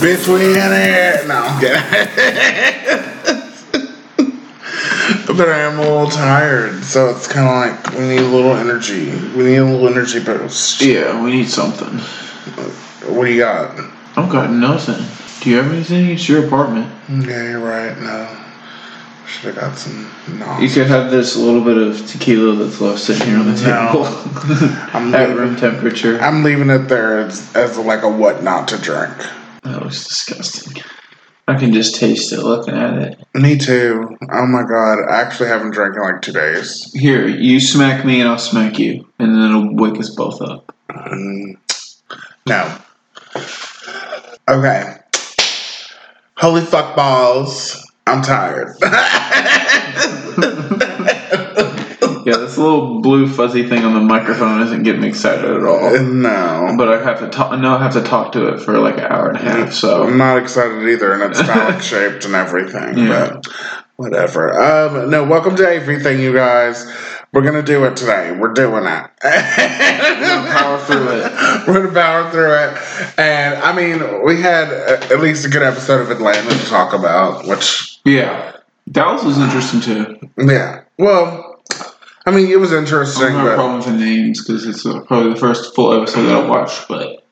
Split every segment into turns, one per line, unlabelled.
bitch, we in there. No, I'm kidding. but I am a little tired, so it's kind of like we need a little energy. We need a little energy boost.
Yeah, we need something.
What do you got?
I've got nothing. Do you have anything? It's your apartment.
Okay, you're right. No, should have got some. No,
You could have this little bit of tequila that's left sitting here on the table
I'm
at
leaving.
room temperature.
I'm leaving it there as, as like a what not to drink.
That looks disgusting. I can just taste it looking at it.
Me too. Oh my god, I actually haven't drank in like two days.
Here, you smack me and I'll smack you, and then it'll wake us both up.
Mm. No. Okay. Holy fuck balls. I'm tired.
Yeah, this little blue fuzzy thing on the microphone isn't getting me excited at all.
no.
But I have to talk. No, I have to talk to it for like an hour and a half.
I'm
So
not excited either, and it's phallic shaped and everything,
Yeah.
but whatever. Um, no, welcome to everything, you guys. We're gonna do it today. We're doing it.
power through it.
We're gonna power through it, and I mean, we had a- at least a good episode of Atlanta to talk about, which
Yeah, Dallas was interesting too.
yeah, well, I mean, it was
I don't
interesting,
have a
but
problem with the names because it's uh, probably the first full episode that I watched. But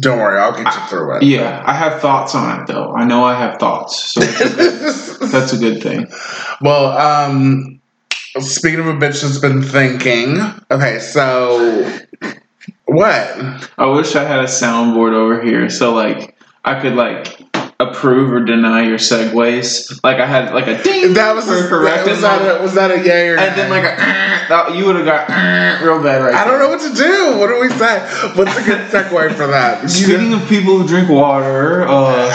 don't worry, I'll get you through it.
yeah, I have thoughts on it though. I know I have thoughts, so that's a good thing.
well, um, speaking of a bitch that's been thinking, okay, so what?
I wish I had a soundboard over here so like I could like approve or deny your segues. Like I had like a ding
That was
for correct,
that, was
and,
that
like,
a, was that a yay or
and then
nay?
like a, "Eh," that- you would have got "Eh," real bad right.
I don't know what to do. What do we say? What's a good segue for that? You
Speaking
know-
of people who drink water, uh,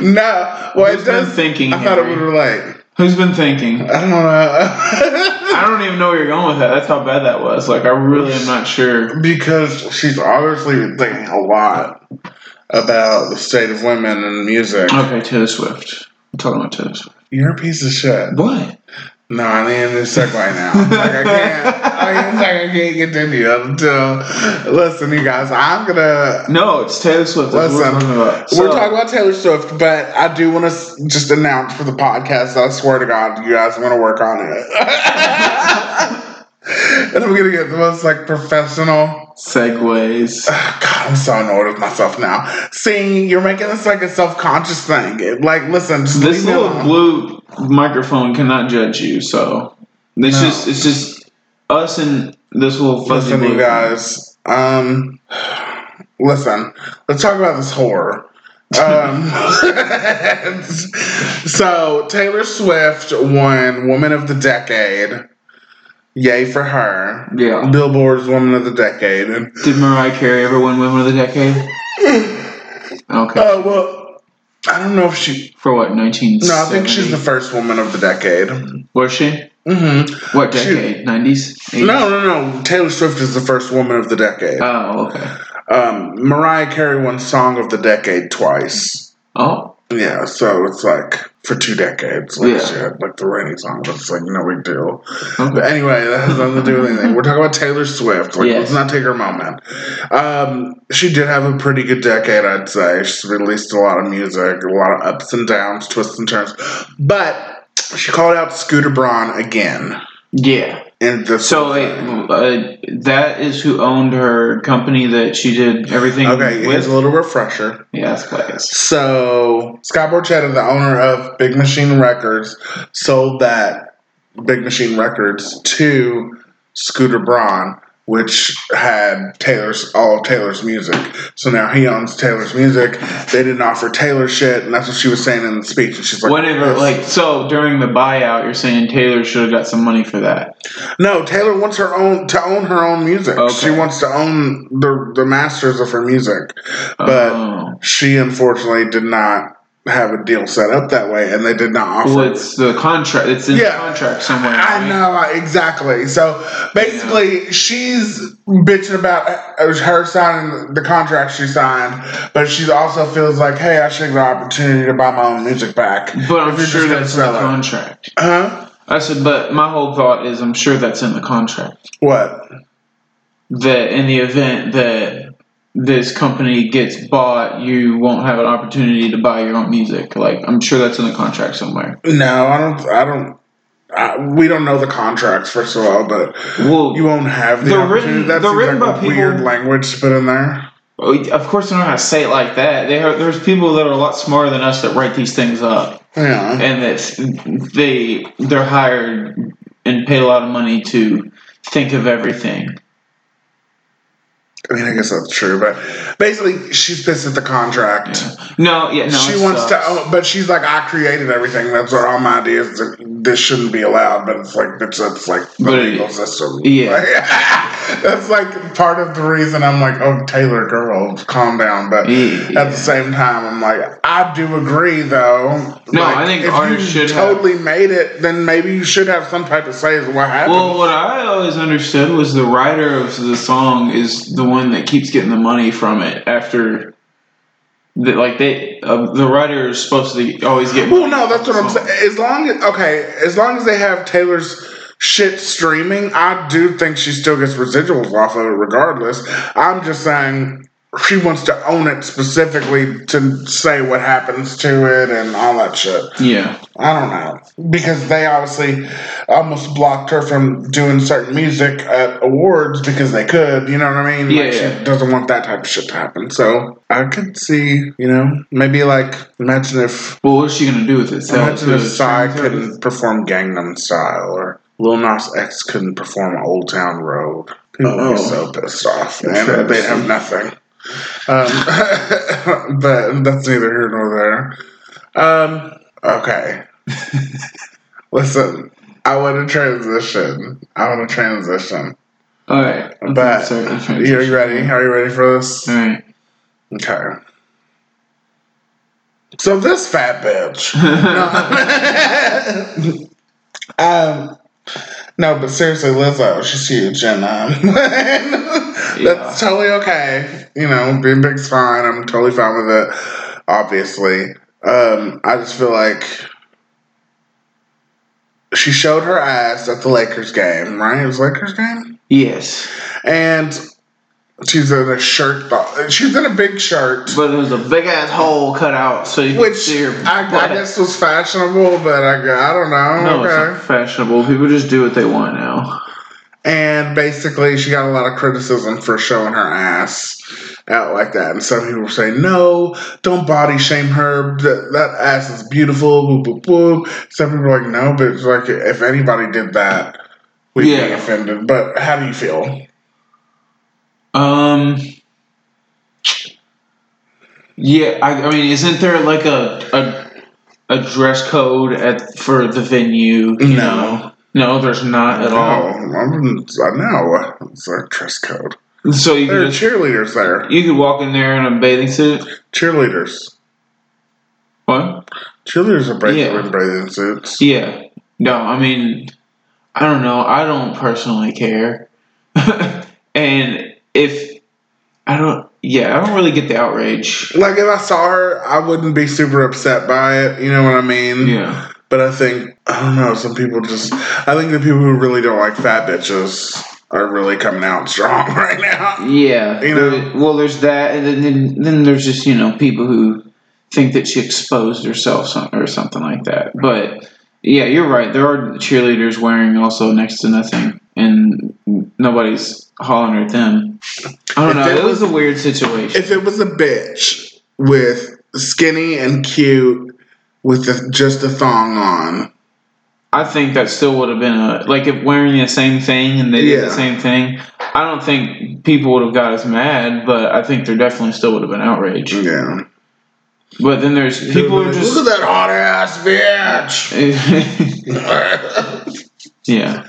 no, well it
who's been
does.
thinking?
I thought it
Henry?
would relate.
Who's been thinking?
I don't know.
I don't even know where you're going with that. That's how bad that was. Like I really am not sure.
because she's obviously been thinking a lot about the state of women and music.
Okay, Taylor Swift. I'm talking about Taylor Swift.
You're a piece of shit.
What?
No, I need a new segue now. Like I can't, I can't, like I can't continue until. Listen, you guys, I'm gonna.
No, it's Taylor Swift. That's what we're
Listen,
talking about.
we're
So-
talking about Taylor Swift, but I do want to just announce for the podcast. I swear to God, you guys, I'm gonna work on it, and I'm gonna get the most like professional.
segues.
God, I'm so annoyed with myself now. Seeing you're making this like a self conscious thing. It- like, listen, just
This
leave me
little
alone.
blue microphone cannot judge you, so it's
No.
just it's just us and this little fuzzy
Listen,
blue.
you guys. Um, listen, let's talk about this horror. Um, so Taylor Swift won Woman of the Decade. Yay for her!
Yeah.
Billboard's Woman of the Decade. And,
Did Mariah Carey ever win Women of the Decade? Okay.
uh, well, I don't know if she.
For what? Nineteen.
No, I think she's the first woman of the decade.
Was she?
Mm-hmm.
What
She-
decade? Nineties.
No, no, no. Taylor Swift is the first woman of the decade.
Oh, okay.
Um, Mariah Carey won Song of the Decade twice.
Oh,
Yeah, so it's like for two decades, like
Yeah.
shit, like the rainy song. But it's like no big deal. But
okay.
anyway, that has nothing to do with anything. We're talking about Taylor Swift. Like,
Yes.
let's not take her moment. Um, she did have a pretty good decade, I'd say. She's released a lot of music, a lot of ups and downs, twists and turns. But she called out Scooter Braun again.
Yeah.
In the
So wait, uh, that is who owned her company that she did everything
okay, here's
with.
a little refresher.
Yeah, that's what it is.
So Scott Borchetta, the owner of Big Machine Records, sold that Big Machine Records to Scooter Braun, which had Taylor's all of Taylor's music. So now he owns Taylor's music. They didn't offer Taylor shit, and that's what she was saying in the speech. And she's like,
Whatever, like, so during the buyout, you're saying Taylor should have got some money for that.
no, Taylor wants her own to own her own music.
Okay.
She wants to own the the masters of her music, but.
Oh.
she unfortunately did not have a deal set up that way, and they did not offer.
well, it's the contract. It's in
Yeah.
the contract somewhere.
I
right?
know exactly. So basically, she's bitching about her signing the contract she signed, but she also feels like, "Hey, I should get the opportunity to buy my own music back."
But
If you're
I'm sure
just gonna
that's in the
sell it.
contract.
Huh?
I said, but my whole thought is, I'm sure that's in the contract
What?
that in the event that this company gets bought, you won't have an opportunity to buy your own music. Like I'm sure that's in the contract somewhere.
No, I don't. I don't. I, we don't know the contracts first of all, but
Well,
you won't have the
They're
opportunity.
written-
that
they're
seems
written
like
by
a
people-
weird language to put in there.
uh, of course they're not gonna say it like that. They have, there's people that are a lot smarter than us that write these things up,
Yeah,
and that they they're hired and paid a lot of money to think of everything.
I mean, I guess that's true, but basically, she's pissed at the contract.
No, yeah, no. uh,
she
it
wants to,
sucks.
own, but she's like, I created everything. That's what all my ideas. This shouldn't be allowed, but it's like it's, it's like the
But it-
legal system.
yeah.
Like, that's like part of the reason I'm like, oh, Taylor, girl, calm down. But
Yeah.
at the same time, I'm like, I do agree though.
No,
Like,
I think
if
artists
you
should have-
totally made it. Then maybe you should have some type of say as to what happened.
Well, what I always understood was the writer of the song is the one that keeps getting the money from it after. That like they uh, the writer is supposed to always get.
Well,
money
no, that's what
from
I'm
the
saying.
song.
As long as okay, as long as they have Taylor's shit streaming, I do think she still gets residuals off of it, regardless. I'm just saying she wants to own it specifically to say what happens to it and all that shit.
Yeah,
I don't know because they obviously almost blocked her from doing certain music at awards because they could. You know what I mean?
Yeah,
Like
yeah.
She doesn't want that type of shit to happen. So I could see, you know, maybe like imagine if.
well, what's she gonna do with it? Sell it
Imagine
to
if
a
Psy
streaming service?
couldn't perform Gangnam Style or Lil Nas X couldn't perform Old Town Road. People would
Oh.
be so pissed off. And
Travesty.
they'd have nothing. Um, but that's neither here nor there. Um, okay. Listen, I want to transition. I want to transition.
All right, let's
But
start the
are
transition.
you ready? Are you ready for this?
All right.
Okay. So this fat bitch. No. um, no, but seriously, Lizzo, she's huge, and um, that's totally okay. You know, being big's fine. I'm totally fine with it. Obviously, um, I just feel like she showed her ass at the Lakers game. Right? It was Lakers game
yes,
and she's in a shirt. She's in a big shirt,
but there's a big ass hole cut out so you can
which
see her.
I, I
butt.
guess was fashionable, but I, gu- I don't know.
no, it's
okay.
not fashionable. People just do what they want now.
And basically, she got a lot of criticism for showing her ass out like that. And some people were saying, no, don't body shame her. That, that ass is beautiful. Boop, boop, boop. Some people were like, no, but it's like, if anybody did that, we'd be
Yeah.
offended. But how do you feel?
Um. Yeah, I, I mean, isn't there like a a, a dress code at for the venue? you
No.
know? no, there's not at
No,
all.
I wouldn't. I know. It's a dress code.
So you
There are
could just,
cheerleaders there.
you could walk in there in a bathing suit.
Cheerleaders.
What?
Cheerleaders are bathing
Yeah.
in bathing suits.
Yeah. No, I mean, I don't know. I don't personally care. and if I don't, yeah, I don't really get the outrage.
Like if I saw her, I wouldn't be super upset by it. You know what I mean?
Yeah.
But I think I don't know. Some people just. I think the people who really don't like fat bitches are really coming out strong right now.
Yeah.
You know?
there- well, there's that, and then, then then there's just you know people who think that she exposed herself some, or something like that. But yeah, you're right. There are cheerleaders wearing also next to nothing, and nobody's hollering at them. I don't
If
know.
there
It was,
was-
a weird situation.
If it was a bitch with skinny and cute with the, just a thong on,
I think that still would have been a like if wearing the same thing and they did
Yeah.
the same thing. I don't think people would have got as mad, but I think there definitely still would have been outrage.
yeah.
But then there's people are just
look at that hot ass bitch.
yeah.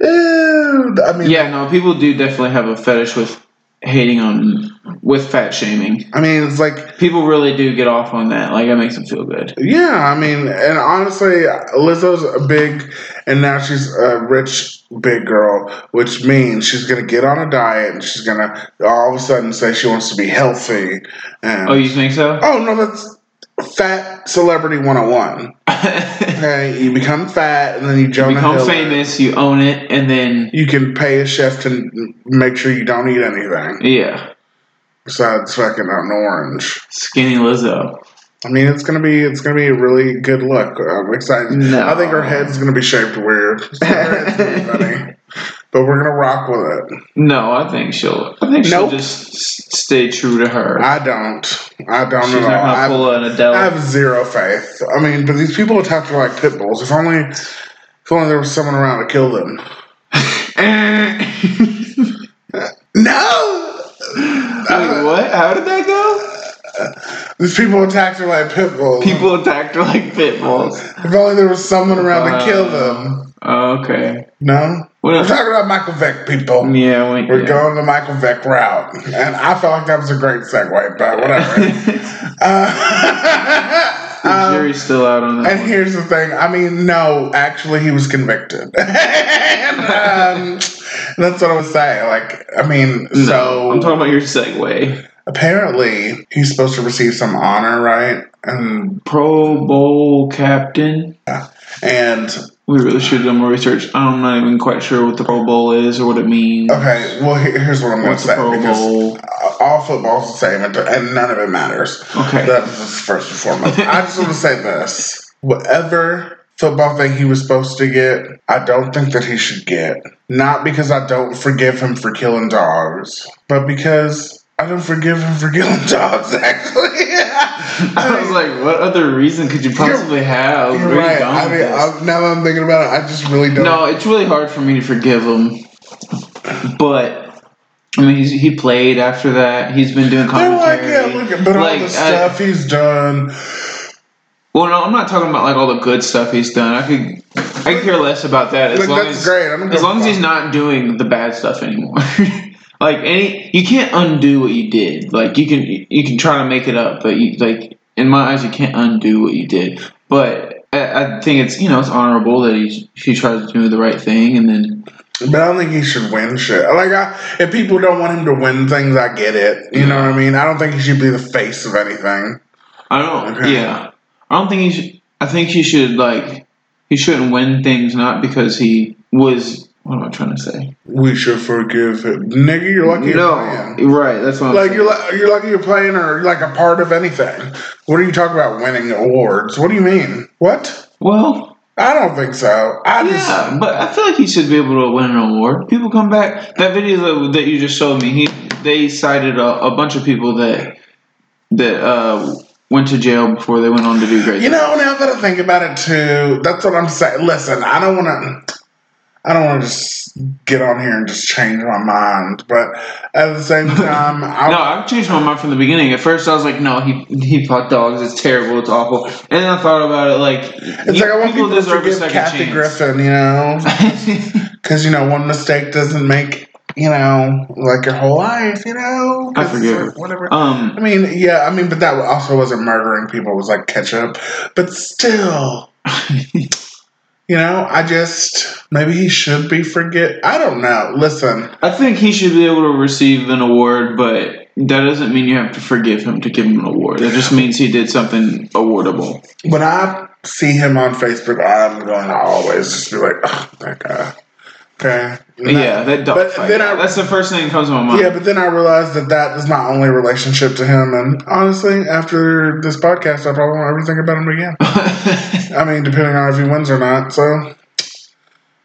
Ew, I mean,
Yeah, no, people do definitely have a fetish with hating on with fat shaming.
I mean, it's like,
People really do get off on that. Like it makes them feel good.
yeah, I mean, and honestly, Lizzo's a big, and now she's a rich big girl, which means she's gonna get on a diet and she's gonna all of a sudden say she wants to be healthy. And
Oh, you think so?
oh no, that's fat celebrity one hundred and one. Okay, you become fat, and then you Jonah
Become
Hill.
famous, you own it, and then
You can pay a chef to make sure you don't eat anything.
yeah.
Besides fucking out in orange.
Skinny Lizzo.
I mean, it's gonna be it's gonna be a really good look. I'm excited.
No.
I think her head's gonna be shaped weird. It's gonna be funny. But we're gonna rock with it.
No, I think she'll. I think
Nope.
she'll just s- stay true to her.
I don't. I don't
She's
at all.
not gonna
I've-
pull an Adele.
I have zero faith. I mean, but these people attack her like pit bulls. If only, if only there was someone around to kill them. No.
Wait, what? How did that go?
These people attacked her like pit bulls.
People attacked her like pit bulls.
If only there was someone around
Wow.
to kill them.
Oh, okay.
No,
What
we're
else?
talking about Michael Vick people.
Yeah, we,
We're
yeah.
going the Michael Vick route, and I felt like that was a great segue, but whatever. uh,
the
um,
jury's still out on that.
And
one.
here's the thing. I mean, no, actually, he was convicted. and, um, that's what I was saying. Like, I mean,
No, I'm
so
talking about your segue.
apparently he's supposed to receive some honor, right? And
Pro Bowl captain.
and
We really should have done more research. I'm not even quite sure what the Pro Bowl is or what it means.
okay, well, he- here's what I'm going to
What's the
say
Pro
because
Bowl?
all football's the same, and- and none of it matters.
Okay.
That was first and foremost. I just want to say this: whatever football thing he was supposed to get, I don't think that he should get. Not because I don't forgive him for killing dogs, but because I don't forgive him for killing dogs. Actually,
I was like, what other reason could you possibly have?
you're
Where you
right.
going
I
with
mean,
this?
I, now that I'm thinking about it, I just really don't.
No, it's really hard for me to forgive him. But I mean, he's, he played after that. He's been doing
They're like,
commentary.
yeah, look at but all
Like,
the
I-
stuff he's done.
well, no, I'm not talking about like all the good stuff he's done. I could, I could care less about that. As
Like,
long
that's
as,
great. I'm gonna
as
go
long as
fuck-
he's not doing the bad stuff anymore. like any, you can't undo what you did. Like you can, you can try to make it up, but you like in my eyes, you can't undo what you did. But I, I think it's you know it's honorable that he she tries to do the right thing and then
But I don't think he should win shit. Like, I, if people don't want him to win things, I get it. You know what I mean? I don't think he should be the face of anything.
I don't.
Okay.
Yeah, I don't think he should. I think he should like he shouldn't win things not because he was. What am I trying to say?
We should forgive him, nigga. You're lucky
no,
you're playing.
right. That's what. I'm
Like
saying.
you're lu- you're lucky you're playing or like a part of anything. What are you talking about winning awards? What do you mean? What?
well,
I don't think so. I just
yeah, but I feel like he should be able to win an award. People come back. That video that, that you just showed me, he they cited a, a bunch of people that that uh, went to jail before they went on to do great.
You know, now that I think about it too, that's what I'm saying. Listen, I don't want to. I don't want to just get on here and just change my mind, but at the same time, I,
No, I've changed my mind from the beginning. At first, I was like, "No, he he fought dogs. It's terrible. It's awful." And then I thought about it, like,
it's like I want people,
deserve
to
a
forgive
second
Kathy
chance.
Griffin, you know, because you know one mistake doesn't make you know like your whole life, you know. 'Cause
I forgive her.
whatever. I
um,
mean, yeah, I mean, but that also wasn't murdering people. It was like ketchup, but still, you know, I just maybe he should be forget. I don't know. Listen.
I think he should be able to receive an award, but that doesn't mean you have to forgive him to give him an award. That just means he did something awardable.
when I see him on Facebook, I'm going to always just be like, oh, that guy. Okay. And that-
yeah, that dog
but
fight.
then I-
That's the first thing that comes to my mind.
Yeah, but then I realized that that is my only relationship to him. And honestly, after this podcast, I probably won't ever think about him again. I mean, depending on if he wins or not. So,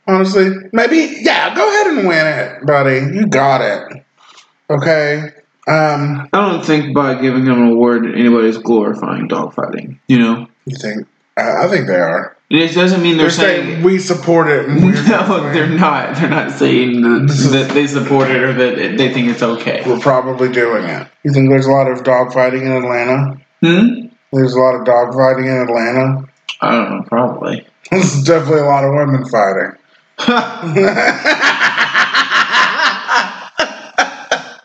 honestly, maybe, yeah, go ahead and win it, buddy. You got it. Okay. Um,
I don't think by giving him an award, anybody's glorifying dog fighting. You know,
you think? I I think they are.
And it doesn't mean
They're,
they're,
saying,
saying
we support it. And we're
No, they're not. They're not saying that, that they support it or that it- they think it's okay.
We're probably doing it. You think there's a lot of dogfighting in Atlanta?
Hmm?
There's a lot of dogfighting in Atlanta.
I don't know. Probably.
There's definitely a lot of women fighting.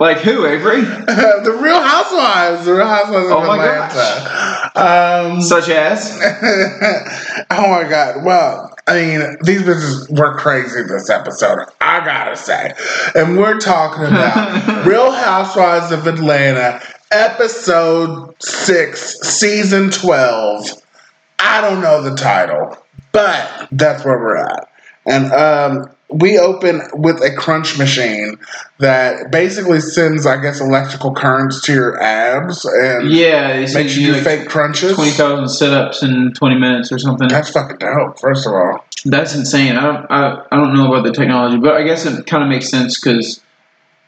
like who, Avery?
the Real Housewives, the Real Housewives
Oh
of
my
Atlanta. Um,
Such as?
oh my god! Well, I mean, these bitches were crazy this episode. I gotta say, and we're talking about Real Housewives of Atlanta, episode six, season twelve. I don't know the title, but that's where we're at. And um, we open with a crunch machine that basically sends, I guess, electrical currents to your abs and
Yeah, they said
makes you
you
do
do like
fake crunches.
twenty thousand sit-ups in twenty minutes or something.
That's fucking dope. First of all,
That's insane. I don't, I, I don't know about the technology, but I guess it kind of makes sense because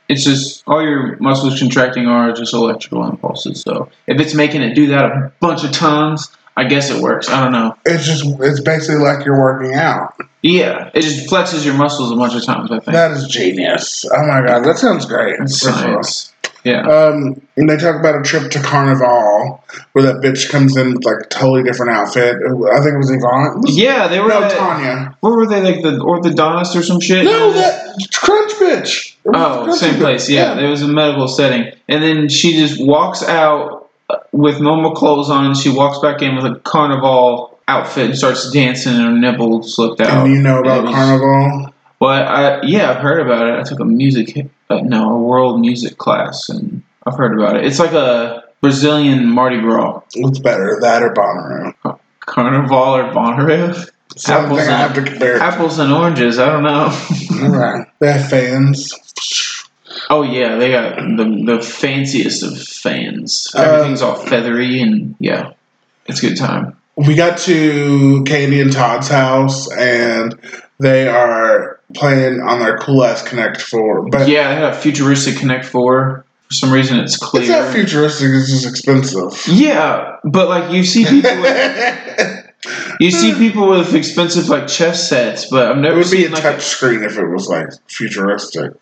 it's just all your muscles contracting are just electrical impulses. So if it's making it do that a bunch of times, I guess it works. I don't know.
it's just it's basically like you're working out.
Yeah, it just flexes your muscles a bunch of times. I think
That is genius. Oh my god, that sounds great.
that's
First of all.
science. Yeah,
Um, and they talk about a trip to Carnival where that bitch comes in with like a totally different outfit. I think it was Yvonne.
yeah. They were.
No,
at-
Tanya.
where were they? Like the orthodontist or some shit.
No, that crunch bitch. It was
Oh,
Crunch
same
Bitch.
place. Yeah, it was a medical setting, and then she just walks out uh, with normal clothes on. She walks back in with a carnival outfit and starts dancing, and her nipple slipped out.
And you know about
It was-
Carnival?
Well, I yeah, I've heard about it. I took a music, uh, no, a world music class, and I've heard about it. It's like a Brazilian Mardi Gras
What's better, that or Bonnaroo?
carnival or Bonnaroo.
Something I
Apples
have
and,
to compare.
apples and oranges. I don't know.
All right. They have fans.
Oh yeah, they got the the fanciest of fans.
Uh,
Everything's all feathery and yeah, it's a good time.
We got to Katie and Todd's house, and they are playing on their cool ass Connect Four. But
yeah, I had a futuristic Connect Four. For some reason, it's clear.
it's not futuristic. It's just expensive.
yeah, but like you see people, with, you see people with expensive like chess sets, but I've
It
never
would be a
seen like.
touch screen if it was like futuristic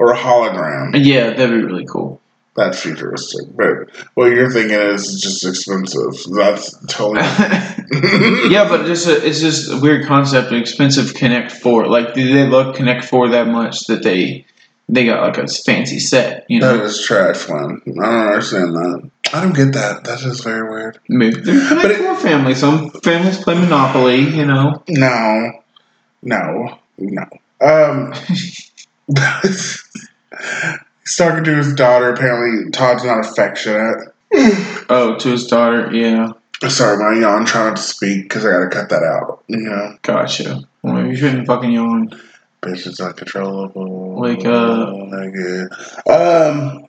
or a
a-
hologram.
yeah, that'd be really cool.
That's futuristic. But what you're thinking is just expensive. That's totally.
yeah, but just a, it's just a weird concept. An expensive Connect Four. Like, do they love Connect Four that much that they they got like a fancy set? You know,
that is trash, man. I don't understand that. I don't get that. That is very weird.
Maybe they're
But it-
connected to family. Some families play Monopoly, you know.
No, no, no. Um, he's talking to his daughter. Apparently, Todd's not affectionate.
Oh, to his daughter, yeah.
Sorry, my yawn. Trying not to speak because I gotta cut that out. You know,
Gotcha. Well, you shouldn't fucking yawn.
bitch is uncontrollable.
Wake up.
Nigga. Um,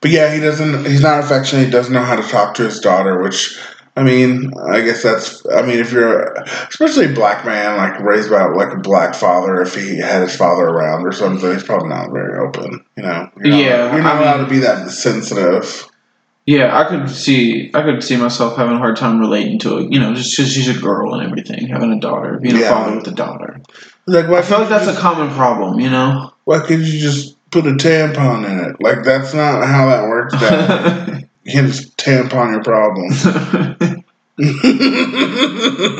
but yeah, he doesn't. He's not affectionate. He doesn't know how to talk to his daughter, which. I mean, I guess that's. I mean, if you're, especially a black man, like raised by like a black father, if he had his father around or something, he's probably not very open. You know. You're not-
Yeah,
You're not
I
allowed
mean-
to be that sensitive.
Yeah, I could see, I could see myself having a hard time relating to it. You know, just because she's a girl and everything, having a daughter, being a
Yeah.
father with a daughter.
Like, why
I feel
can't you
like that's a
just-
common problem, you know.
why can't you just put a tampon in it? Like that's not how that works. Dad. you can't just tampon your problem.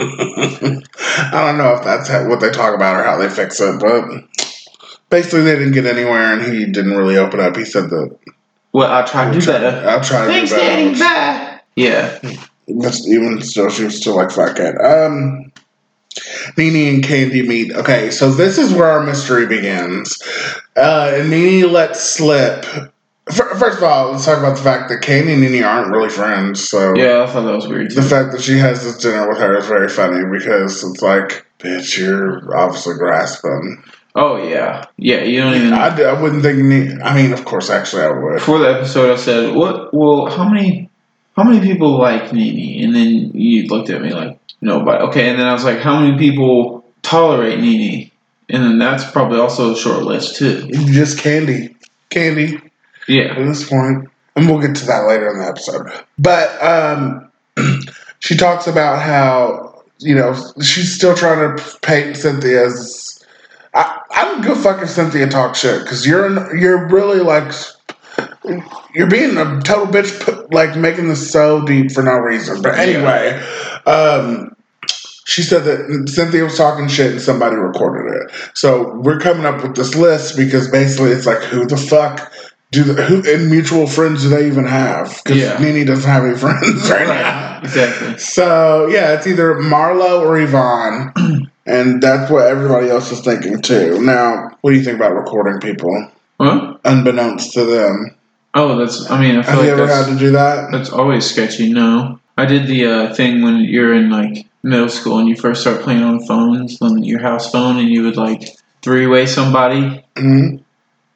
I don't know if that's how, what they talk about or how they fix it, but basically they didn't get anywhere, and he didn't really open up. He said that
well, I tried to do better.
I'll try to
Thanks,
do better.
Daddy. Bye. Yeah.
That's- even still, she was still like fuck it. Um, Nene and Candy meet. Okay, so this is where our mystery begins. Uh, and Nene lets slip. Fir- First of all, let's talk about the fact that Candy and Nene aren't really friends. So
Yeah, I thought that was weird.
the
Too.
fact that she has this dinner with her is very funny because it's like, bitch, you're obviously grasping.
Oh yeah, yeah. You don't even.
I, d- I wouldn't think. Ne- I mean, of course, actually, I would.
before the episode, I said, "What? Well, how many, how many people like Nene?" And then you looked at me like, "Nobody." Okay, and then I was like, "How many people tolerate Nene?" And then that's probably also a short list too.
Just Candy, Candy.
Yeah,
at this point, and we'll get to that later in the episode. But um, she talks about how you know she's still trying to paint Cynthia as. I, I don't give a fuck if Cynthia talks shit because you're an, you're really like you're being a total bitch, put- like making this so deep for no reason. But anyway, um, she said that Cynthia was talking shit and somebody recorded it. So we're coming up with this list because basically it's like who the fuck do the, who in mutual friends do they even have? Because
Yeah.
Nene doesn't have any friends right now.
exactly.
So yeah, it's either Marlo or Yvonne. And that's what everybody else is thinking too. Now, what do you think about recording people,
Huh?
unbeknownst to them?
Oh, that's. I mean, I feel
Have you
like
ever
that's,
had to do that?
that's always sketchy. No, I did the uh, thing when you're in like middle school and you first start playing on phones, on your house phone, and you would like three way somebody,
hmm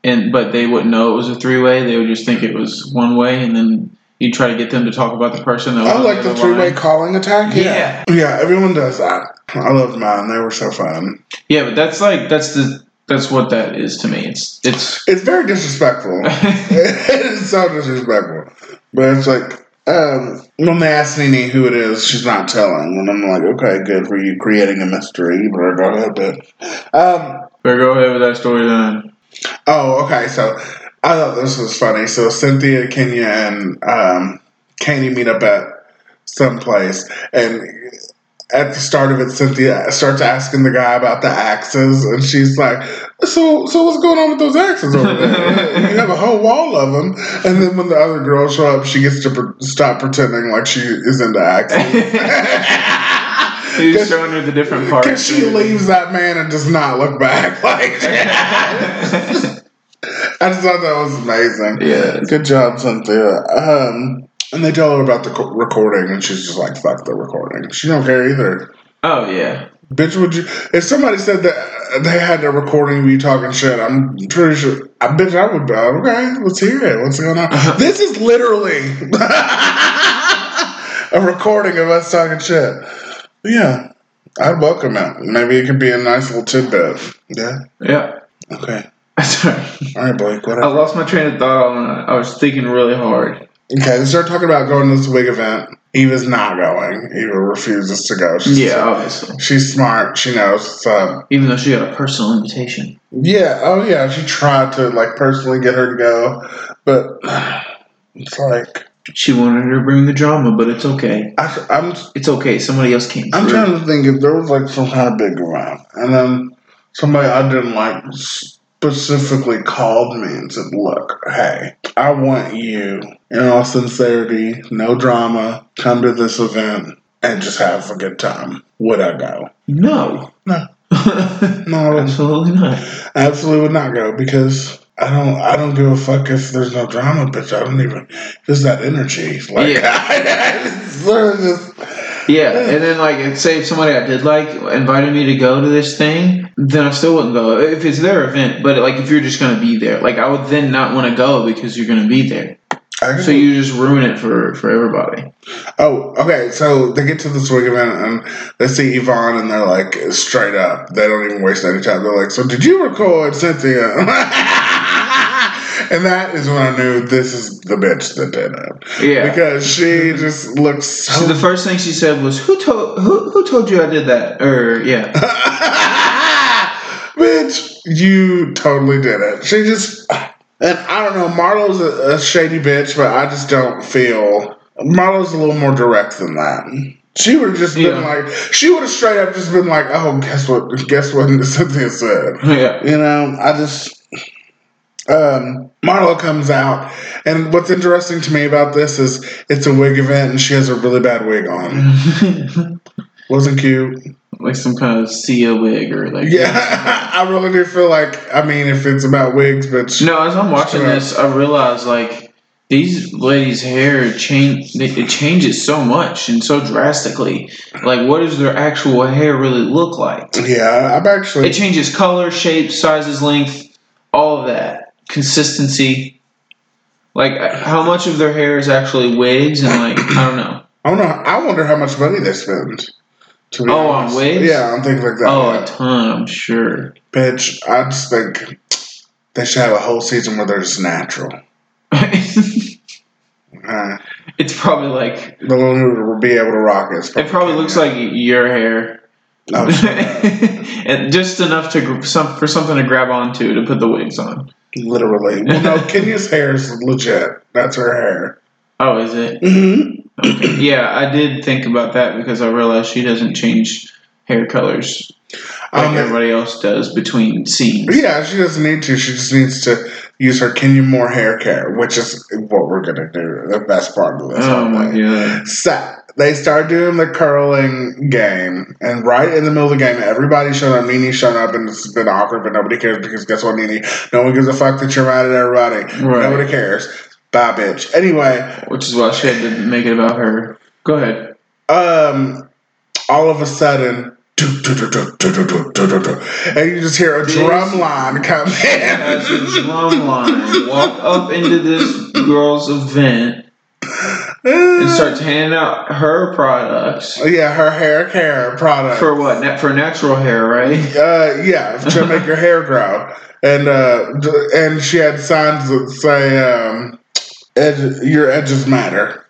and but they wouldn't know it was a three way. They would just think it was one way, and then you try to get them to talk about the person. That was
I
on
like the
other
three way
line.
calling attack.
Yeah.
Yeah, everyone does that. I loved mine. They were so fun.
yeah, but that's like that's the that's what that is to me. It's it's
It's very disrespectful. it is so disrespectful. But it's like, um, when they ask Nene who it is, she's not telling. And I'm like, okay, good for you creating a mystery. You better go ahead, bitch. Um,
Better go ahead with that story then.
Oh, okay. So I thought this was funny. So Cynthia, Kenya, and um, Katie meet up at some place, and at the start of it, Cynthia starts asking the guy about the axes, and she's like, "So, so what's going on with those axes over there? you have a whole wall of them." And then when the other girls show up, she gets to pre- stop pretending like she is into axes.
He's showing her the different parts.
Because she leaves that man and does not look back. Like, I just thought that was amazing.
Yeah.
Good job, Cynthia. Um, and they tell her about the co- recording, and she's just like, "Fuck the recording." She don't care either.
Oh yeah.
Bitch, would you? If somebody said that they had a recording of you talking shit, I'm pretty sure. I bitch, I would be like, okay. Let's hear it. What's going on? this is literally a recording of us talking shit. Yeah, I'd welcome it. Maybe it could be a nice little tidbit. Yeah.
Yeah.
Okay.
Sorry.
All right, Blake.
I
Whatever.
lost my train of thought on it. I was thinking really hard.
Okay, they start talking about going to this wig event. Eva's not going. Eva refuses to go. She's,
Yeah, obviously.
She's smart. She knows. So
Even though she got a personal invitation.
yeah. Oh yeah. She tried to like personally get her to go, but it's like
She wanted her to bring the drama, but it's okay.
I, I'm
It's okay. Somebody else came
I'm
through.
trying to think if there was like some kind of big event, and then somebody I didn't like specifically called me and said, "Look, hey, I want you in all sincerity, no drama, come to this event and just have a good time." Would I go?
No.
No. No, I wouldn't.
Absolutely not.
I absolutely would not go because. I don't. I don't give a fuck if there's no drama, bitch. I don't even. Just that energy, like it's literally just-
Yeah, and then like, if, say if somebody I did like invited me to go to this thing, then I still wouldn't go if it's their event. But like, if you're just gonna be there, like I would then not want to go because you're gonna be there.
I
So you just ruin it for for everybody.
Oh, okay. So they get to the swing event and they see Yvonne and they're like straight up. They don't even waste any time. They're like, "So did you record Cynthia?" and that is when I knew this is the bitch that did it
Yeah.
because she just looks
so
so.
the first thing she said was, "Who told who, who told you I did that?" Or yeah,
bitch, you totally did it. She just and I don't know. Marlo's a, a shady bitch, but I just don't feel Marlo's a little more direct than that. She would have just been
Yeah.
like, she would have straight up just been like, oh, guess what? Guess what? Cynthia said.
yeah,
You know, I just. Um, Marlo comes out, and what's interesting to me about this is it's a wig event, and she has a really bad wig on. Wasn't cute.
like some kind of Sia wig or like
Yeah, I really do feel like I mean, if it's about wigs, but
No, as I'm watching
Sure.
this, I realize like these ladies' hair change. It it changes so much and so drastically. Like, what does their actual hair really look like?
yeah, I've
It
actually
changes color, shape, sizes, length, all of that. Consistency. Like, uh, how much of their hair is actually wigs and like I don't know.
I don't know. I wonder how much money they spend. To be
Oh, on
honest.
wigs?
Yeah, on things like that.
Oh, a ton, I'm sure.
bitch! I just think they should have a whole season where they're just natural.
it's
Uh,
probably like
the only one who will be able to rock it.
it probably looks like your hair.
Oh,
and just enough to gr- some for something to grab onto to put the wigs on.
literally. Well, no, Kenya's hair is legit. That's her hair.
Oh, is it?
Mm-hmm.
Okay. yeah, I did think about that because I realized she doesn't change hair colors like
Um,
everybody else does between scenes.
Yeah, she doesn't need to. She just needs to use her Kenya Moore hair care, which is what we're gonna do. The best part of this.
Oh
whole
my
thing.
god!
So they start doing the curling game, and right in the middle of the game, everybody's showing up. Nene showing up, and it's been awkward, but nobody cares because guess what, Nene? No one gives a fuck that you're mad at everybody.
Right.
Nobody cares. Bye, bitch. Anyway,
Which is why she had to make it about her. Go ahead.
um, all of a sudden, do, do, do, do, do, do, do, do, do, do. and you just hear a
This-
drum line come
As
in.
a drum line, walk up into this girl's event and starts handing out her products
Oh, yeah, her hair care product.
for what? Na- For natural hair, right?
uh, yeah, to make your hair grow. And uh, d- and she had signs that say, um, edge, "Your edges matter."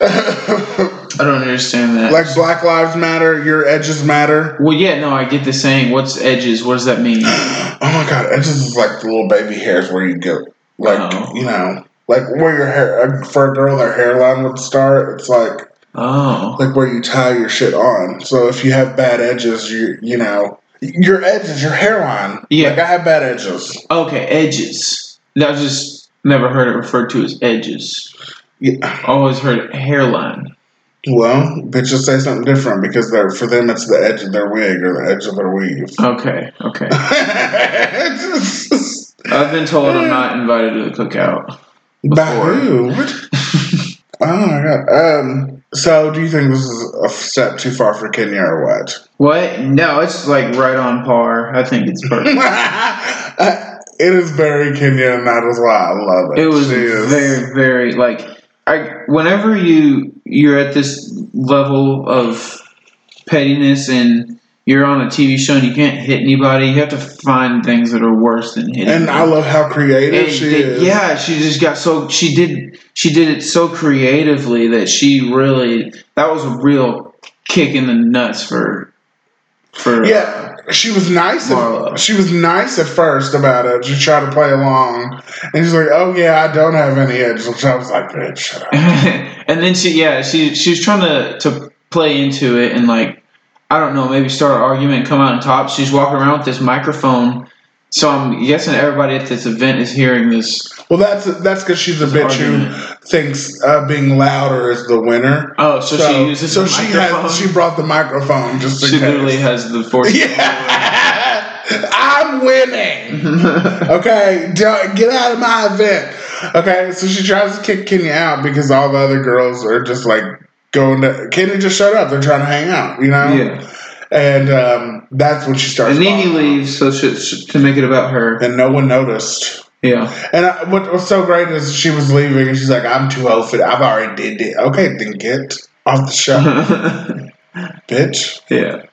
I don't understand that.
like Black Lives Matter, your edges matter.
well, yeah, no, I get the saying. What's edges? What does that mean?
Oh my God, edges is like the little baby hairs where you get, like
Oh.
you know, like where your hair uh, for a girl their hairline would start. It's like
Oh,
like where you tie your shit on. So if you have bad edges, you you know your edges, your hairline.
Yeah.
like I have bad edges.
okay, edges. I just never heard it referred to as edges.
Yeah.
Always heard hairline.
Well, bitches say something different because they're for them it's the edge of their wig or the edge of their weave.
Okay, okay. I've been told I'm not invited to the cookout.
By
Before.
who? What? Oh my god. Um. So, do you think this is a step too far for Kenya or what?
What? No, it's like right on par. I think it's perfect.
Uh, it is very Kenya, and that is why I love it.
it was
She is-
very very like I whenever you you're at this level of pettiness and you're on a TV show and you can't hit anybody, you have to find things that are worse than hitting.
And I
them.
love how creative
And
she
they-
is.
Yeah, she just got so she did she did it so creatively that she really that was a real kick in the nuts for for
Yeah, she was nice.
Marlo.
At, she was nice at first about it. She tried to play along, and she's like, "Oh yeah, I don't have any edges." Which I was like, "Bitch, shut up."
and then she yeah she she was trying to to play into it and like I don't know maybe start an argument come out on top. She's walking around with this microphone, so I'm guessing everybody at this event is hearing this.
Well, that's that's because she's a bitch who
argument.
thinks uh, being louder is the winner.
Oh, so, she uses
so
the
she
microphone.
has she brought the microphone just in
she
case.
literally has the force.
yeah, I'm winning. Okay, don't- get out of my event. Okay, so she tries to kick Kenya out because all the other girls are just like going to. Kenya just showed up. They're trying to hang out, you know.
yeah,
And um, that's when she starts.
and then he
walking.
leaves so she, she, to make it about her.
and no one noticed.
Yeah,
And I, what was so great is she was leaving, and she's like, "I'm too old for that. I've already did it. Okay, then get off the show, bitch."
yeah.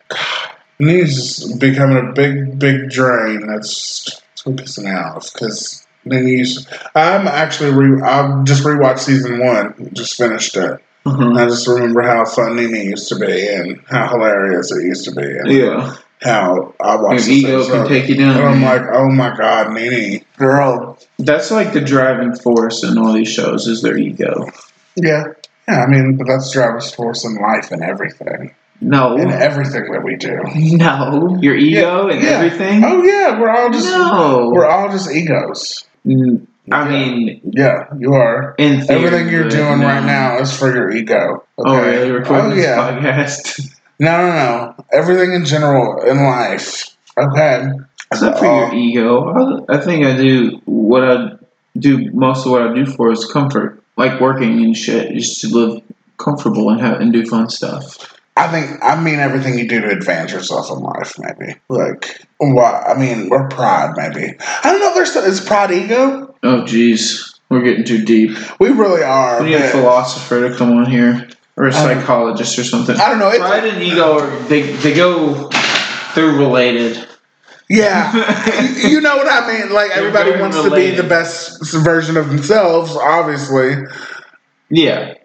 Knees is becoming a big, big drain. That's so pissing me off because knees. I'm actually re. I just rewatched season one. Just finished it. And
Mhm.
I just remember how fun Nene used to be and how hilarious it used to be and
Yeah,
how I watched
your
this
ego can
episode.
take you
and
down.
I'm like, oh my god, Nene, girl.
that's like the driving force in all these shows is their ego.
Yeah, yeah. I mean, but that's driver's force in life and everything,
No,
in everything that we do.
No, your ego and
yeah.
everything.
Oh yeah, we're all just
no,
we're all just egos.
Mm, I
Yeah.
mean,
Yeah, you are.
in theory,
Everything you're
but
doing
no.
right now is for your ego. Okay?
Oh, really? Recording
Oh,
this
yeah.
podcast?
No, no, no. Everything in general in life. Okay.
It's not for your ego. I, I think I do what I do. Most of what I do for is comfort, like working and shit, just to live comfortable and have and do fun stuff.
I think I mean everything you do to advance yourself in life. Maybe like what I mean, or pride. Maybe I don't know. If there's is pride ego.
Oh, jeez, we're getting too deep.
We really are.
We need a
but-
philosopher to come on here, or a
I don't-
psychologist or something.
I don't know. It's,
Pride and ego are they they go they're related.
Yeah. You- you know what I mean? Like
They're
everybody
very
wants to be
related.
the best version of themselves, obviously.
Yeah,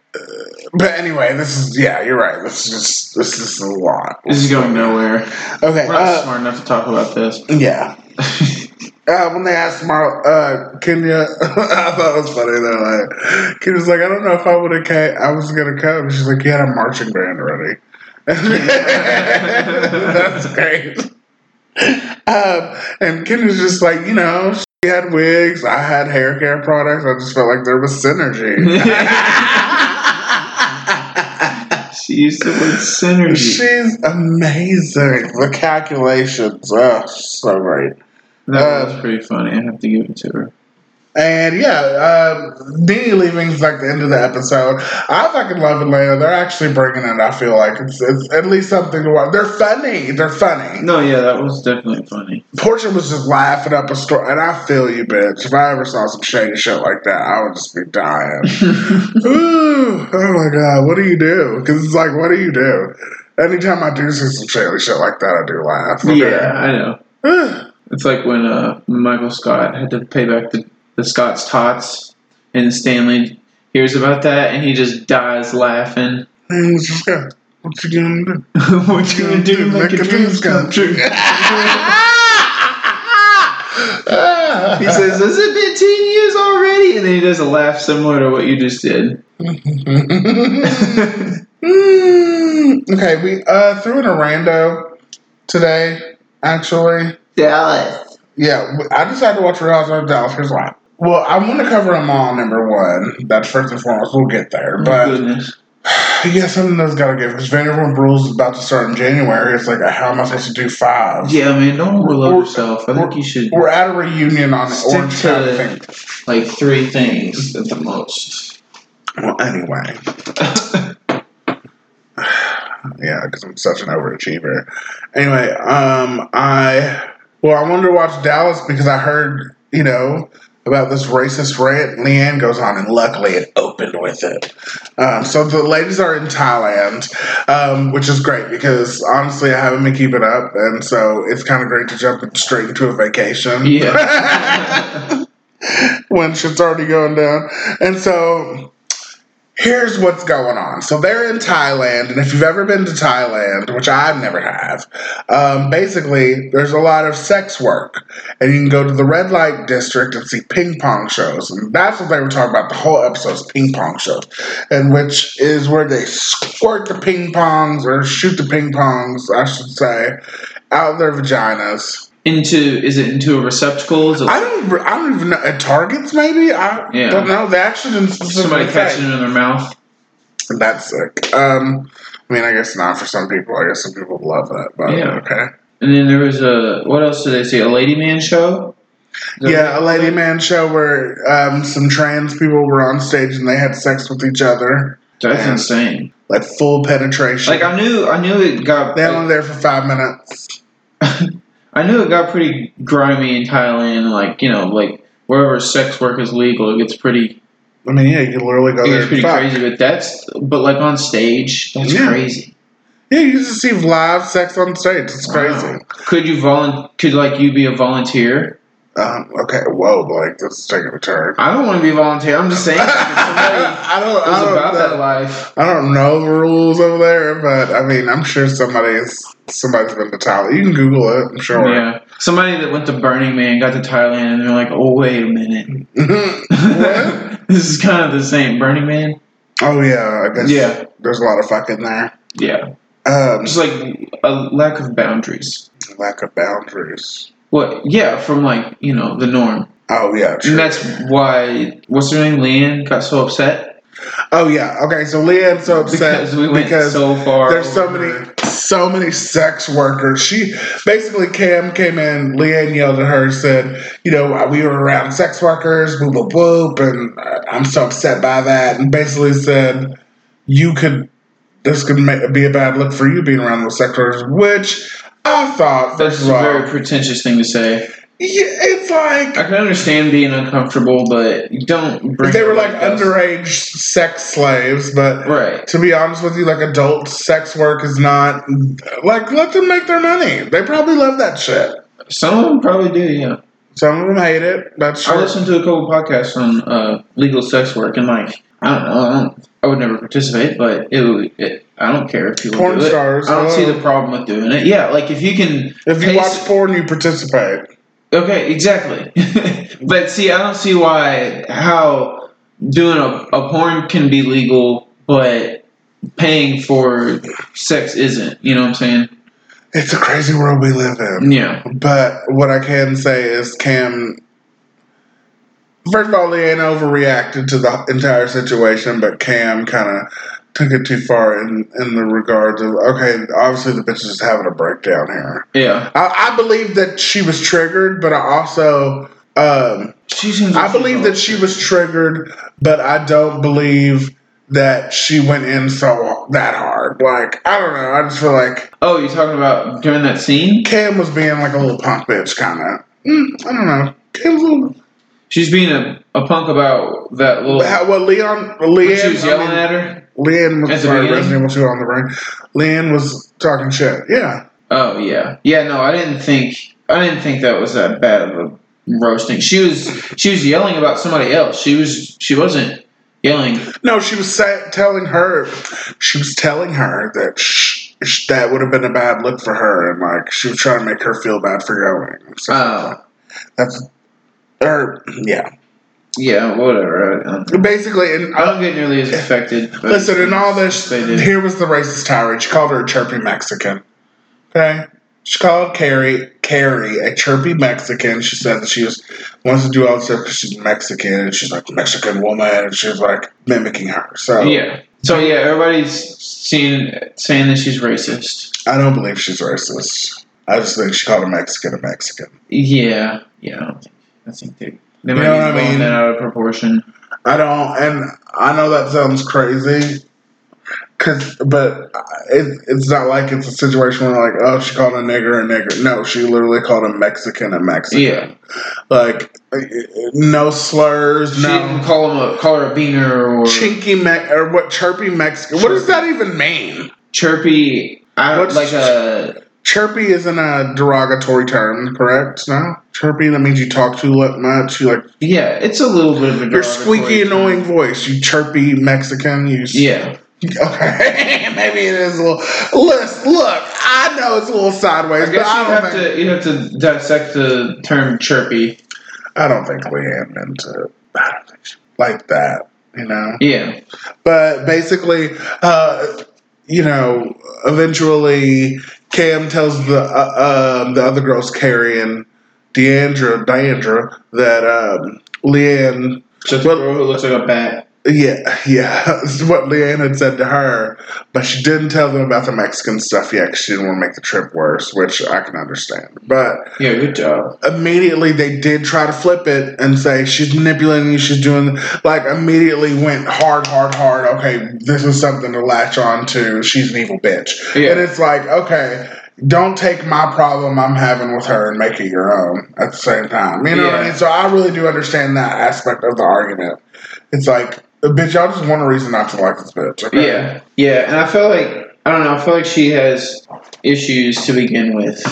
But anyway, this is yeah, you're right. This is just, this is a lot.
this is going nowhere.
Okay.
We're not
Uh,
smart enough to talk about this.
yeah. Uh, when they asked Mar- uh, Kenya, I thought it was funny. They're like, Kenya's like, I don't know if I would have came. I was gonna come. She's like, you had a marching band already. That's great. Um, and Kenya's just like, you know, she had wigs. I had hair care products. I just felt like there was synergy.
she used the word synergy.
She's amazing. The calculations, oh, so great.
That
uh,
was pretty funny. I have to give it to her.
And yeah, uh, Dini leaving is like the end of the episode. I fucking love Atlanta. They're actually bringing it. I feel like it's, it's at least something to watch. They're funny. They're funny.
No, yeah, that was definitely funny.
Portia was just laughing up a storm, and I feel you, bitch. If I ever saw some shady shit like that, I would just be dying. Ooh, oh my god, what do you do? Because it's like, what do you do? Anytime I do see some shady shit like that, I do laugh.
yeah, I know.
Yeah.
It's like when uh, Michael Scott had to pay back the, the Scott's tots, and Stanley hears about that, and he just dies laughing.
Things just go. What you gonna do?
what you gonna do? Make your dreams come true. He says, "Has it been ten years already?" And then he does a laugh similar to what you just did.
Mm, okay, we uh, threw in a rando today, actually.
Dallas.
Yeah, w- I decided to watch Real Housewives of Dallas. Here's why. Well, I want to cover them all, number one. That's first and foremost. We'll get there.
Mm-hmm.
But
Oh Goodness.
yeah, something that's got to give. Because Vanderpump Rules is about to start in January. It's like, how am I supposed to do five?
Yeah, man, don't overload
Or-
yourself. I think you should
We're at a reunion on
Stick
Orange
to
County
it.
thing.
like three things at the most.
Well, anyway. yeah, because I'm such an overachiever. Anyway, um, I well, I wanted to watch Dallas because I heard you know about this racist rant Leanne goes on, and luckily it opened with it. Um, so the ladies are in Thailand, um, which is great because honestly, I haven't been keeping up, and so it's kind of great to jump straight into a vacation.
Yeah.
when shit's already going down, and so here's what's going on. So they're in Thailand, and if you've ever been to Thailand, which I've never have, um, basically there's a lot of sex work, and you can go to the red light district and see ping pong shows, and that's what they were talking about. The whole episode's ping pong shows, and which is where they squirt the ping pongs or shoot the ping pongs, I should say, out their vaginas.
Into is it into a receptacle? Is it
I don't, re- I don't even know at Targets maybe. I
Yeah.
don't know. They actually didn't
somebody
specifically say.
catching it in their mouth?
That's sick. Um, I mean, I guess not for some people. I guess some people love that, but
Yeah.
okay.
And then there was a what else did they say? A lady man show? Is that
Yeah, a
what they
lady
call
man show where um, some trans people were on stage and they had sex with each other,
it? That's
Yeah.
insane.
like full penetration.
Like I knew I knew it got
they only there for five minutes.
I knew it got pretty grimy in Thailand, like, you know, like wherever sex work is legal, it gets pretty
I mean, yeah, you could literally go
it
there
gets
and
pretty
fuck.
crazy, but that's but like on stage, that's
Yeah.
crazy.
Yeah, you just see live sex on stage. It's crazy.
Wow. Could you volun could like you be a volunteer?
Um, okay, whoa, Blake, this is taking a turn.
I don't want to be a volunteer. I'm just saying like, if somebody
I don't. I
was
don't
about
know.
that life.
I don't know the rules over there, but I mean, I'm sure somebody's somebody's been to Thailand. You can Google it. I'm sure.
Yeah. Somebody that went to Burning Man got to Thailand and they're like, oh wait a minute.
What?
this is kind of the same. Burning Man?
oh yeah, I guess.
Yeah.
There's a lot of fucking there.
Yeah.
Um,
Just like a lack of boundaries.
lack of boundaries.
What yeah, from like, you know, the norm.
Oh yeah. True.
And that's why what's her name? Leanne got so upset.
oh yeah. Okay. So Leanne's so upset
Because we went
because
so far.
there's so
over.
many so many sex workers she basically cam came in leanne yelled at her said you know we were around sex workers boop boop boop and uh, i'm so upset by that and basically said you could this could ma- be a bad look for you being around those sex workers which i thought
That's
first of
a
all
very pretentious thing to say.
yeah, it's like
I can understand being uncomfortable, but don't bring.
they were
it
like
this.
underage sex slaves but
Right.
to be honest with you, like adult sex work is not like let them make their money. They probably love that shit.
Some of them probably do. Yeah.
Some of them hate it. That's
I
true.
listened to a couple podcasts on uh, legal sex work, and like I don't know, I, don't, I would never participate, but it, would- it I don't care if people
Porn
do it.
stars, uh.
I don't see
hello.
the problem with doing it. Yeah, like if you can.
If you
pay
watch
s-
porn, you participate.
Okay, exactly. but see, I don't see why how doing a, a porn can be legal, but paying for sex isn't. You know what I'm saying?
It's a crazy world we live in.
Yeah.
But what I can say is, Cam. First of all, Leanne overreacted to the entire situation, but Cam kind of took it too far in, in the regards of okay, obviously the bitch is having a breakdown here.
Yeah.
I, I believe that she was triggered, but I also Um,
She seems like
I believe that she was triggered, but I don't believe that she went in so that hard. Like I don't know. I just feel like
Oh, you're talking about during that scene?
Cam was being like a little punk bitch, kind of. Mm, I don't know. Cam's a little.
She's being a, a punk about that little.
How, well, Leon,
when she
Leon,
was yelling
I mean,
at her.
Leanne
At
was
the
sorry,
beginning?
Resident Evil 2 on the brain. Leanne was talking shit. Yeah.
Oh yeah, yeah. No, I didn't think I didn't think that was that bad of a roasting. She was she was yelling about somebody else. She was she wasn't yelling.
No, she was sa telling her, she was telling her that sh- sh- that would have been a bad look for her, and like she was trying to make her feel bad for going. So
Oh
that's, or yeah,
yeah, whatever. I, I don't-
basically. And uh,
I don't get nearly as affected. but-
listen, in all this,
They did.
here was the racist tirade. She called her a chirpy Mexican. Okay. She called Carrie Carrie a chirpy Mexican. She said that she was wants to do all this stuff because she's Mexican and she's like Mexican woman and she was like mimicking her. So
Yeah. So yeah, everybody's seeing saying that she's racist.
I don't believe she's racist. I just think she called a Mexican a Mexican.
Yeah. Yeah. I don't think. I think they. They
You
might
know
be
what I
blowing
mean?
that out of proportion.
I don't, and I know that sounds crazy, cause but it, it's not like it's a situation where like oh she called a nigger a nigger. No, she literally called a Mexican a Mexican.
Yeah.
Like uh, no slurs,
She
no.
didn't call him a call her a beaner or
Chinky me- or what? Chirpy Mexican. What does that even mean?
chirpy. I don't
What's-
like a
Chirpy isn't a derogatory term, correct? No, chirpy that means you talk too li- much. You like
yeah. It's a little bit of a
your squeaky,
derogatory term.
annoying voice. You chirpy Mexican. You s-
Yeah.
Okay, maybe it is a little. Look, look. I know it's a little
I
sideways,
guess
but I
you
don't
have
think.
to you have to dissect the term chirpy.
I don't think Leanne meant it. I don't think she, like that. You know.
Yeah.
But basically, uh, you know, eventually Cam tells the uh, um, the other girls, Carrie and Deandra, Deandra, that um, Leanne,
So the
Well-
girl who looks like a bat.
yeah, yeah, this is what Leanne had said to her, but she didn't tell them about the Mexican stuff yet. 'cause She didn't want to make the trip worse, which I can understand. But
Yeah. Good job.
immediately they did try to flip it and say she's manipulating you she's doing like immediately went hard hard hard okay this is something to latch on to she's an evil bitch and
Yeah.
it's like okay don't take my problem i'm having with her and make it your own at the same time you know what i
Yeah.
mean so i really do understand that aspect of the argument it's like bitch y'all just want a reason not to like this bitch okay?
Yeah. Yeah. And I feel like I don't know. I feel like she has issues to begin with.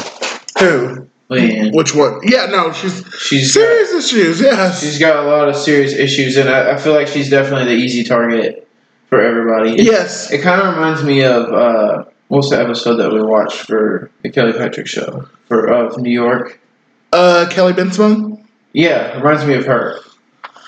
who
Leanne.
which one yeah no she's
She's got,
serious issues yes
she's got a lot of serious issues, and I, I feel like she's definitely the easy target for everybody. It-
yes
It kind of reminds me of uh, what's the episode that we watched for the Kelly Patrick show for of New York.
uh kelly bensman
Yeah, reminds me of her.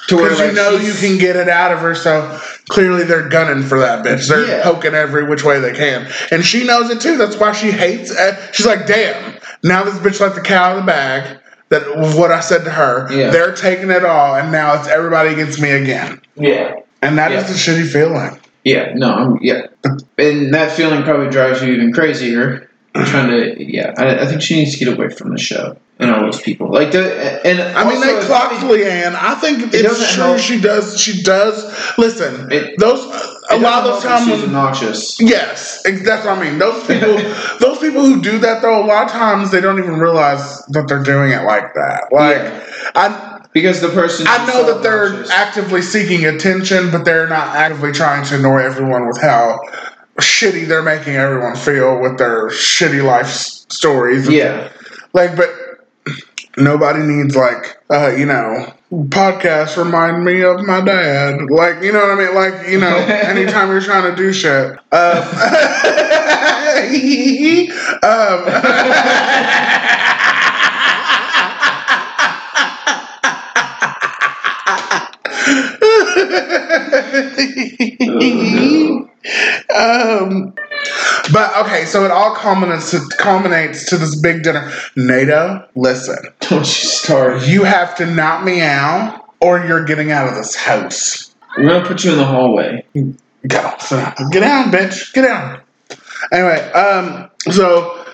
To
Because you
like,
know you
she's-
can get it out of her, so clearly they're gunning for that bitch. They're
Yeah.
poking every which way they can, and she knows it too. That's why she hates. Uh, she's like, "Damn, now this bitch let the cat out of the bag." That was what I said to her.
Yeah.
They're taking it all, and now it's everybody against me again.
Yeah.
And that is
Yeah.
a shitty feeling.
Yeah. No. I'm, yeah. And that feeling probably drives you even crazier. Trying to. Yeah. I, I think she needs to get away from the show and all those people. Like the. And
I mean,
also,
they clocked Leanne. I think
doesn't
it's true.
help.
She does. She does. Listen,
It-
those a lot of
those
those times
she's
when
obnoxious.
Yes, ex- that's what I mean. Those people, those people who do that though, a lot of times they don't even realize that they're doing it like that. Like
Yeah.
I,
Because the person
I know that they're
obnoxious.
actively seeking attention, but they're not actively trying to annoy everyone with how shitty they're making everyone feel with their shitty life s- stories.
yeah
Like, but nobody needs like uh, you know podcasts remind me of my dad like you know what i mean like you know anytime you're trying to do shit um, um,
no.
um, but okay, so it all culminates to, culminates to this big dinner. Nato, listen,
don't you start
you have to knock me out, or you're getting out of this house.
we're gonna put you in the hallway
Go, sit down. get down, bitch, get down. Anyway, um, so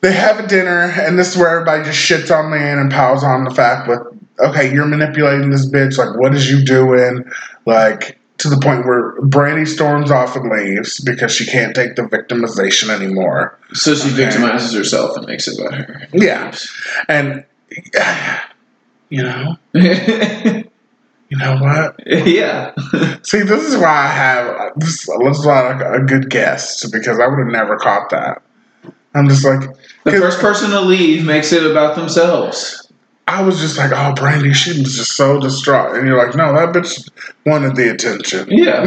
they have a dinner, and this is where everybody just shits on Leanne and piles on the fact with okay, you're manipulating this bitch. Like, what is you doing? Like, to the point where Brandy storms off and leaves because she can't take the victimization anymore.
So she
Okay.
victimizes herself and makes it about her.
Yeah. And, you know, you know what?
yeah.
See, this is why I have this, this is why I like a good guest because I would have never caught that. I'm just like
The first person to leave makes it about themselves.
I was just like, oh, Brandy, she was just so distraught, and you're like, no, that bitch wanted the attention.
Yeah.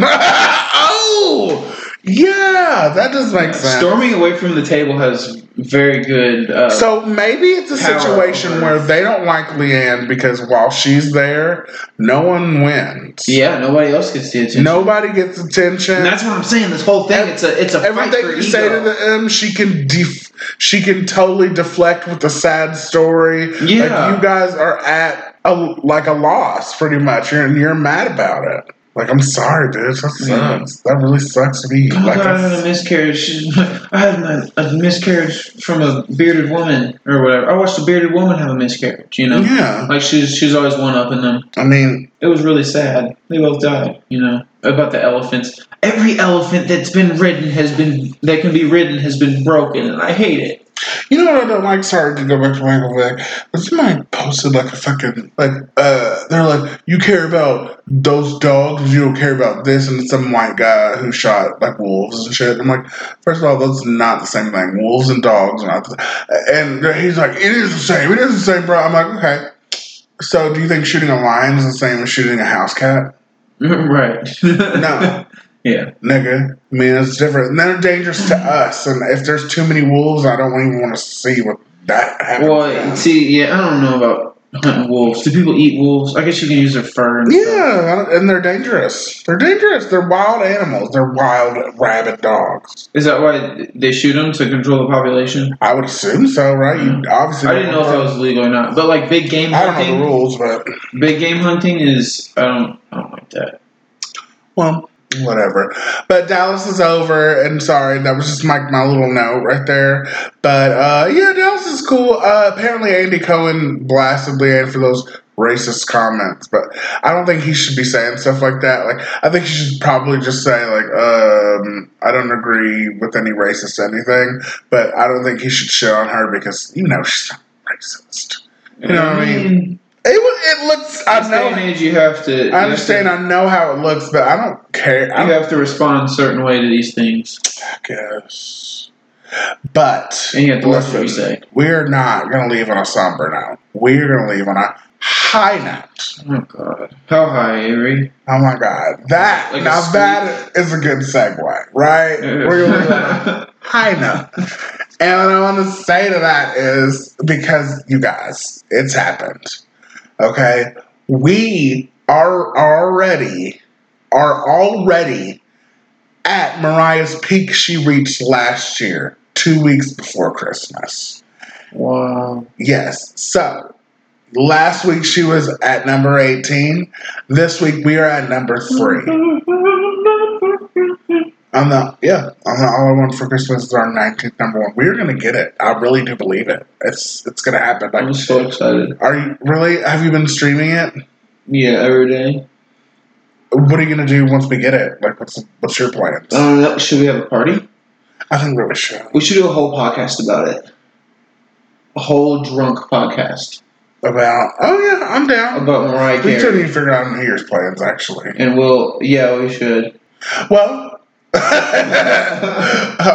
oh, yeah, that does make sense.
Storming away from the table has very good. Uh,
so maybe it's a
Power
situation
over.
where they don't like Leanne because while she's there, no one wins.
yeah, nobody else gets the attention.
Nobody gets attention.
And that's what I'm saying. This whole thing,
Ev-
it's a it's a fight
Everything
for
you say to
ego.
them, she can def- she can totally deflect with a sad story.
Yeah.
like you guys are at a, like a loss, pretty much, and you're mad about it. Like, I'm sorry, bitch. That
Yeah.
sucks. That really sucks to be
Oh,
like.
God, I
A,
had a miscarriage. I had a, a miscarriage from a bearded woman or whatever. I watched a bearded woman have a miscarriage. You know,
yeah,
like she's she's always one up in them.
I mean,
It was really sad. They both died. You know about the elephants. Every elephant that's been ridden has been that can be ridden has been broken, and I hate it.
you know what I don't like. Sorry to go back to Michael Vick. But somebody posted like a fucking like uh, they're like, you care about those dogs, you don't care about this, and it's some white guy who shot like wolves and shit. I'm like, First of all, that's not the same thing. Wolves and dogs are not the And he's like, it is the same. It is the same, bro. I'm like, okay. So do you think shooting a lion is the same as shooting a house cat?
right.
No.
Yeah.
Nigga. I mean, it's different. And they're dangerous to us. And if there's too many wolves, I don't even want to see what that happens.
Well, see, yeah, I don't know about hunting wolves. Do people eat wolves? I guess you can use their fur. And stuff.
yeah, I don't- and they're dangerous. They're dangerous. They're wild animals. They're wild rabid dogs.
Is that why they shoot them to control the population?
I would assume so, right? You obviously.
I didn't know if that was legal or not, but like big game
I don't know the
hunting,
rules, but
big game hunting is I don't I don't like that.
Well, whatever. But Dallas is over, and sorry, that was just my my little note right there. But uh, yeah, Dallas is cool. Uh, apparently, Andy Cohen blasted Leanne for those racist comments, but I don't think he should be saying stuff like that. Like, I think he should probably just say like, um, I don't agree with any racist anything, but I don't think he should shit on her because you know she's not racist. You know what I mean? It wa- it looks.
I
I
know. Day and
know.
age, you have to. you
I understand. I know how it looks, but I don't care. I don't
Have to, you have to respond a certain way to these things,
guess. But
and you have to listen to what you
listen,
say.
we're not going to leave on a somber note. We're going to leave on a high note.
Oh God, how high, Avery?
Oh my God. That,
Like a
now
sweet-
that is a good segue, right? We're going to leave on a high note. And what I want to say to that is because you guys, it's happened. Okay? We are already, are already at Mariah's peak she reached last year, two weeks before Christmas.
wow.
Yes. So last week she was at number 18. This week we are at number three. On the yeah, on the all I want for Christmas is our 19th number one. We're gonna get it. I really do believe it. It's it's gonna happen.
I'm
Like
so excited.
are you really have you been streaming it?
Yeah, every day.
What are you gonna do once we get it? Like what's what's your plans?
I don't know. Um, Should we have a party?
I think we really should.
We should do a whole podcast about it. A whole drunk podcast
About oh yeah, I'm down.
about Mariah
We still
Carey.
need to figure out New Year's plans actually.
And we'll, yeah, we should.
Well,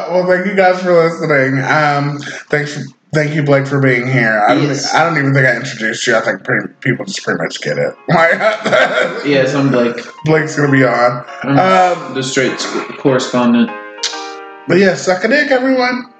well, thank you guys for listening. Um, thanks, for, thank you, Blake, for being here. I don't,
Yes.
I don't even think I introduced you. I think pretty, people just pretty much get it. Like,
Yes, I'm like
Blake's gonna be on.
I'm
Um,
Mm. the straight correspondent.
but yeah, suck a dick, everyone.